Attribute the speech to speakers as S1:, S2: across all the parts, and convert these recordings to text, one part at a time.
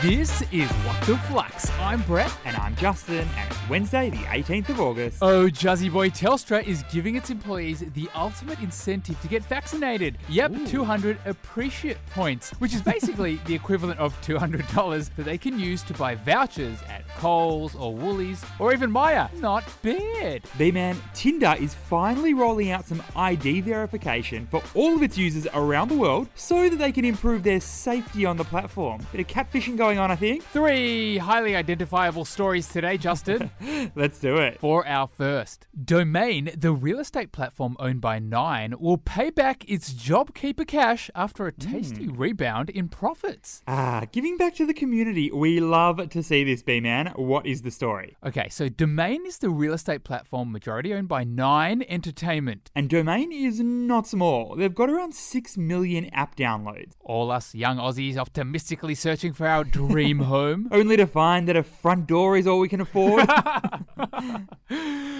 S1: This is What the Flux. I'm Brett.
S2: And I'm Justin, and it's Wednesday, the 18th of August.
S1: Oh, Juzzy Boy, Telstra is giving its employees the ultimate incentive to get vaccinated. Yep, 200 appreciate points, which is basically the equivalent of $200 that they can use to buy vouchers at Coles or Woolies or even Maya. Not bad.
S2: B Man, Tinder is finally rolling out some ID verification for all of its users around the world so that they can improve their safety on the platform. Bit of catfishing going on, I think.
S1: Three highly identifiable stories today, Justin.
S2: Let's do it.
S1: For our first, Domain, the real estate platform owned by Nine, will pay back its JobKeeper cash after a tasty rebound in profits.
S2: Ah, giving back to the community. We love to see this, B Man. What is the story?
S1: Okay, so Domain is the real estate platform majority owned by Nine Entertainment.
S2: And Domain is not small. They've got around 6 million app downloads,
S1: All us young Aussies optimistically searching for our dream home.
S2: only to find that a front door is all we can afford.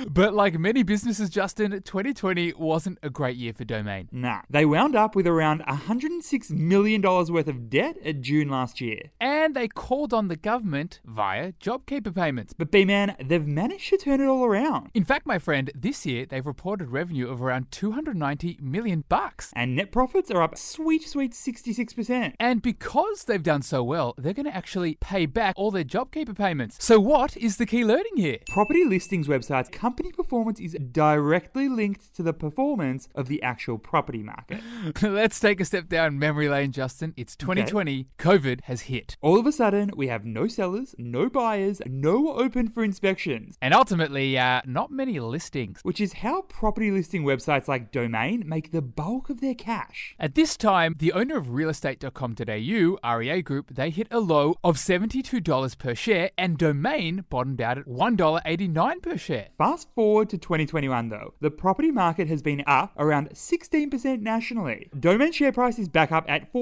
S1: But like many businesses, Justin, 2020 wasn't a great year for Domain.
S2: Nah. They wound up with around $106 million worth of debt at June last year.
S1: And they called on the government via JobKeeper payments.
S2: But B Man, they've managed to turn it all around.
S1: In fact, my friend, this year they've reported revenue of around 290 million bucks.
S2: And net profits are up sweet, sweet 66%.
S1: And because they've done so well, they're going to actually pay back all their JobKeeper payments. So, what is the key learning here?
S2: Property listings websites, company performance is directly linked to the performance of the actual property market.
S1: Let's take a step down memory lane, Justin. It's 2020, COVID has hit.
S2: All of a sudden, we have no sellers, no buyers, no open for inspections.
S1: And ultimately, uh, not many listings.
S2: Which is how property listing websites like Domain make the bulk of their cash.
S1: At this time, the owner of realestate.com.au, REA Group, they hit E a low of $72 per share and Domain bottomed out at $1.89 per share.
S2: Fast forward to 2021 though, the property market has been up around 16% nationally. Domain share price is back up at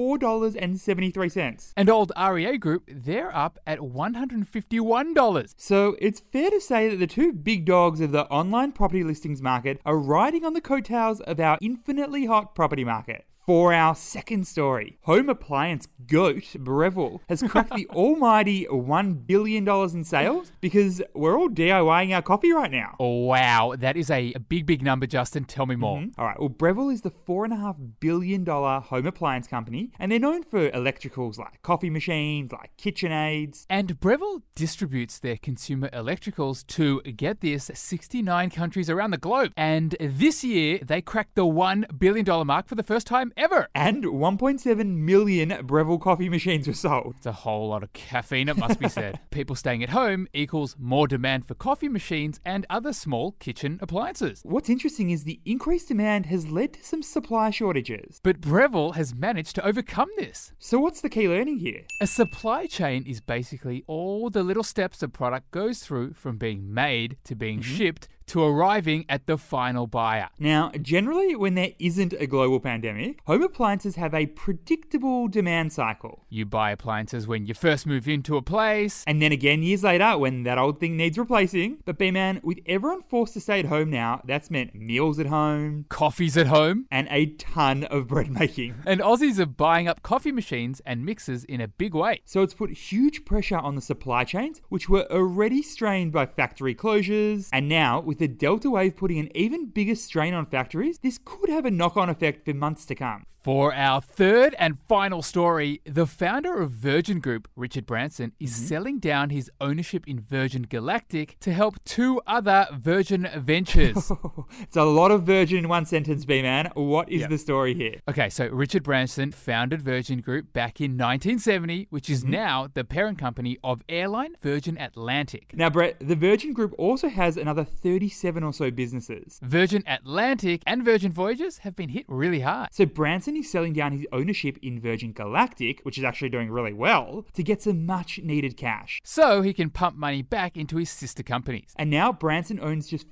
S2: $4.73.
S1: And old REA Group, they're up at $151.
S2: So it's fair to say that the two big dogs of the online property listings market are riding on the coattails of our infinitely hot property market. For our second story, home appliance goat Breville has cracked the almighty $1 billion in sales because we're all DIYing our coffee right now.
S1: Wow, that is a a big, big number, Justin. Tell me more.
S2: Hmm? All right. Well, Breville is the four and a half billion dollar home appliance company, and they're known for electricals like coffee machines, like KitchenAids.
S1: And Breville distributes their consumer electricals to, get this, 69 countries around the globe. And this year, they cracked the $1 billion mark for the first time ever.
S2: And 1.7 million Breville coffee machines were sold.
S1: It's a whole lot of caffeine, it must be said. People staying at home equals more demand for coffee machines and other small kitchen appliances.
S2: What's interesting is the increased demand has led to some supply shortages.
S1: But Breville has managed to overcome this.
S2: So, what's the key learning here?
S1: A supply chain is basically all the little steps a product goes through from being made to being shipped to arriving at the final buyer.
S2: Now, generally, when there isn't a global pandemic, home appliances have a predictable demand cycle.
S1: You buy appliances when you first move into a place.
S2: And then again, years later, when that old thing needs replacing. But B man, with everyone forced to stay at home now, that's meant meals at home
S1: Coffees at home.
S2: and a ton of bread making.
S1: And Aussies are buying up coffee machines and mixers in a big way.
S2: So it's put huge pressure on the supply chains, which were already strained by factory closures. And now, with the Delta wave putting an even bigger strain on factories, this could have a knock on effect for months to come.
S1: For our third and final story, the founder of Virgin Group, Richard Branson, is selling down his ownership in Virgin Galactic to help two other Virgin ventures.
S2: It's a lot of virgin in one sentence, B man. What is the story here?
S1: Okay, so Richard Branson founded Virgin Group back in 1970, which is now the parent company of airline Virgin Atlantic.
S2: Now, Brett, the Virgin Group also has another 37 or so businesses.
S1: Virgin Atlantic and Virgin Voyages have been hit really hard.
S2: So Branson is selling down his ownership in Virgin Galactic, which is actually doing really well, to get some much needed cash.
S1: So he can pump money back into his sister companies.
S2: And now Branson owns just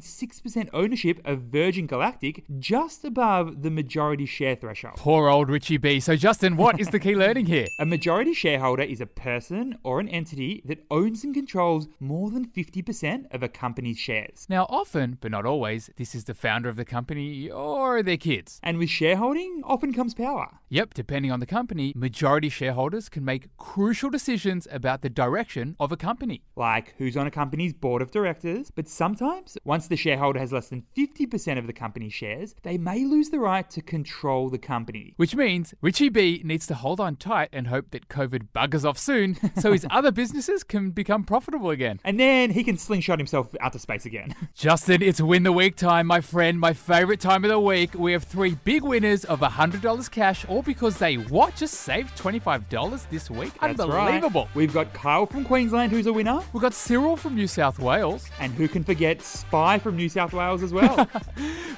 S2: 50.6% ownership of Virgin Galactic, just above the majority share threshold.
S1: Poor old Richie B. So, Justin, what is the key learning here?
S2: A majority shareholder is a person or an entity that owns and controls more than 50% of a company's shares.
S1: Now, often, but not always, this is the founder of the company or their kids.
S2: And with shareholding often comes power.
S1: Yep, depending on the company, majority shareholders can make crucial decisions about the direction of a company.
S2: like who's on a company's board of directors, but sometimes, once the shareholder has less than 50% of the company's shares, they may lose the right to control the company.
S1: Which means Richie B needs to hold on tight and hope that COVID buggers off soon so his other businesses can become profitable again.
S2: And then he can slingshot himself out to space again.
S1: Justin, it's win the week time, my friend, my favorite time of the week. We have three big winners of $100 cash, all because they what? Just saved $25 this week?
S2: That's right.
S1: Unbelievable.
S2: We've got Kyle from Queensland who's a winner,
S1: We've got Cyril from New South Wales.
S2: and who can forget Spy from New South Wales as well.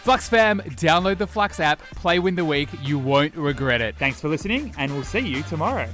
S1: Flux fam, download the Flux app, play Win the Week, you won't regret it.
S2: Thanks for listening, and we'll see you tomorrow.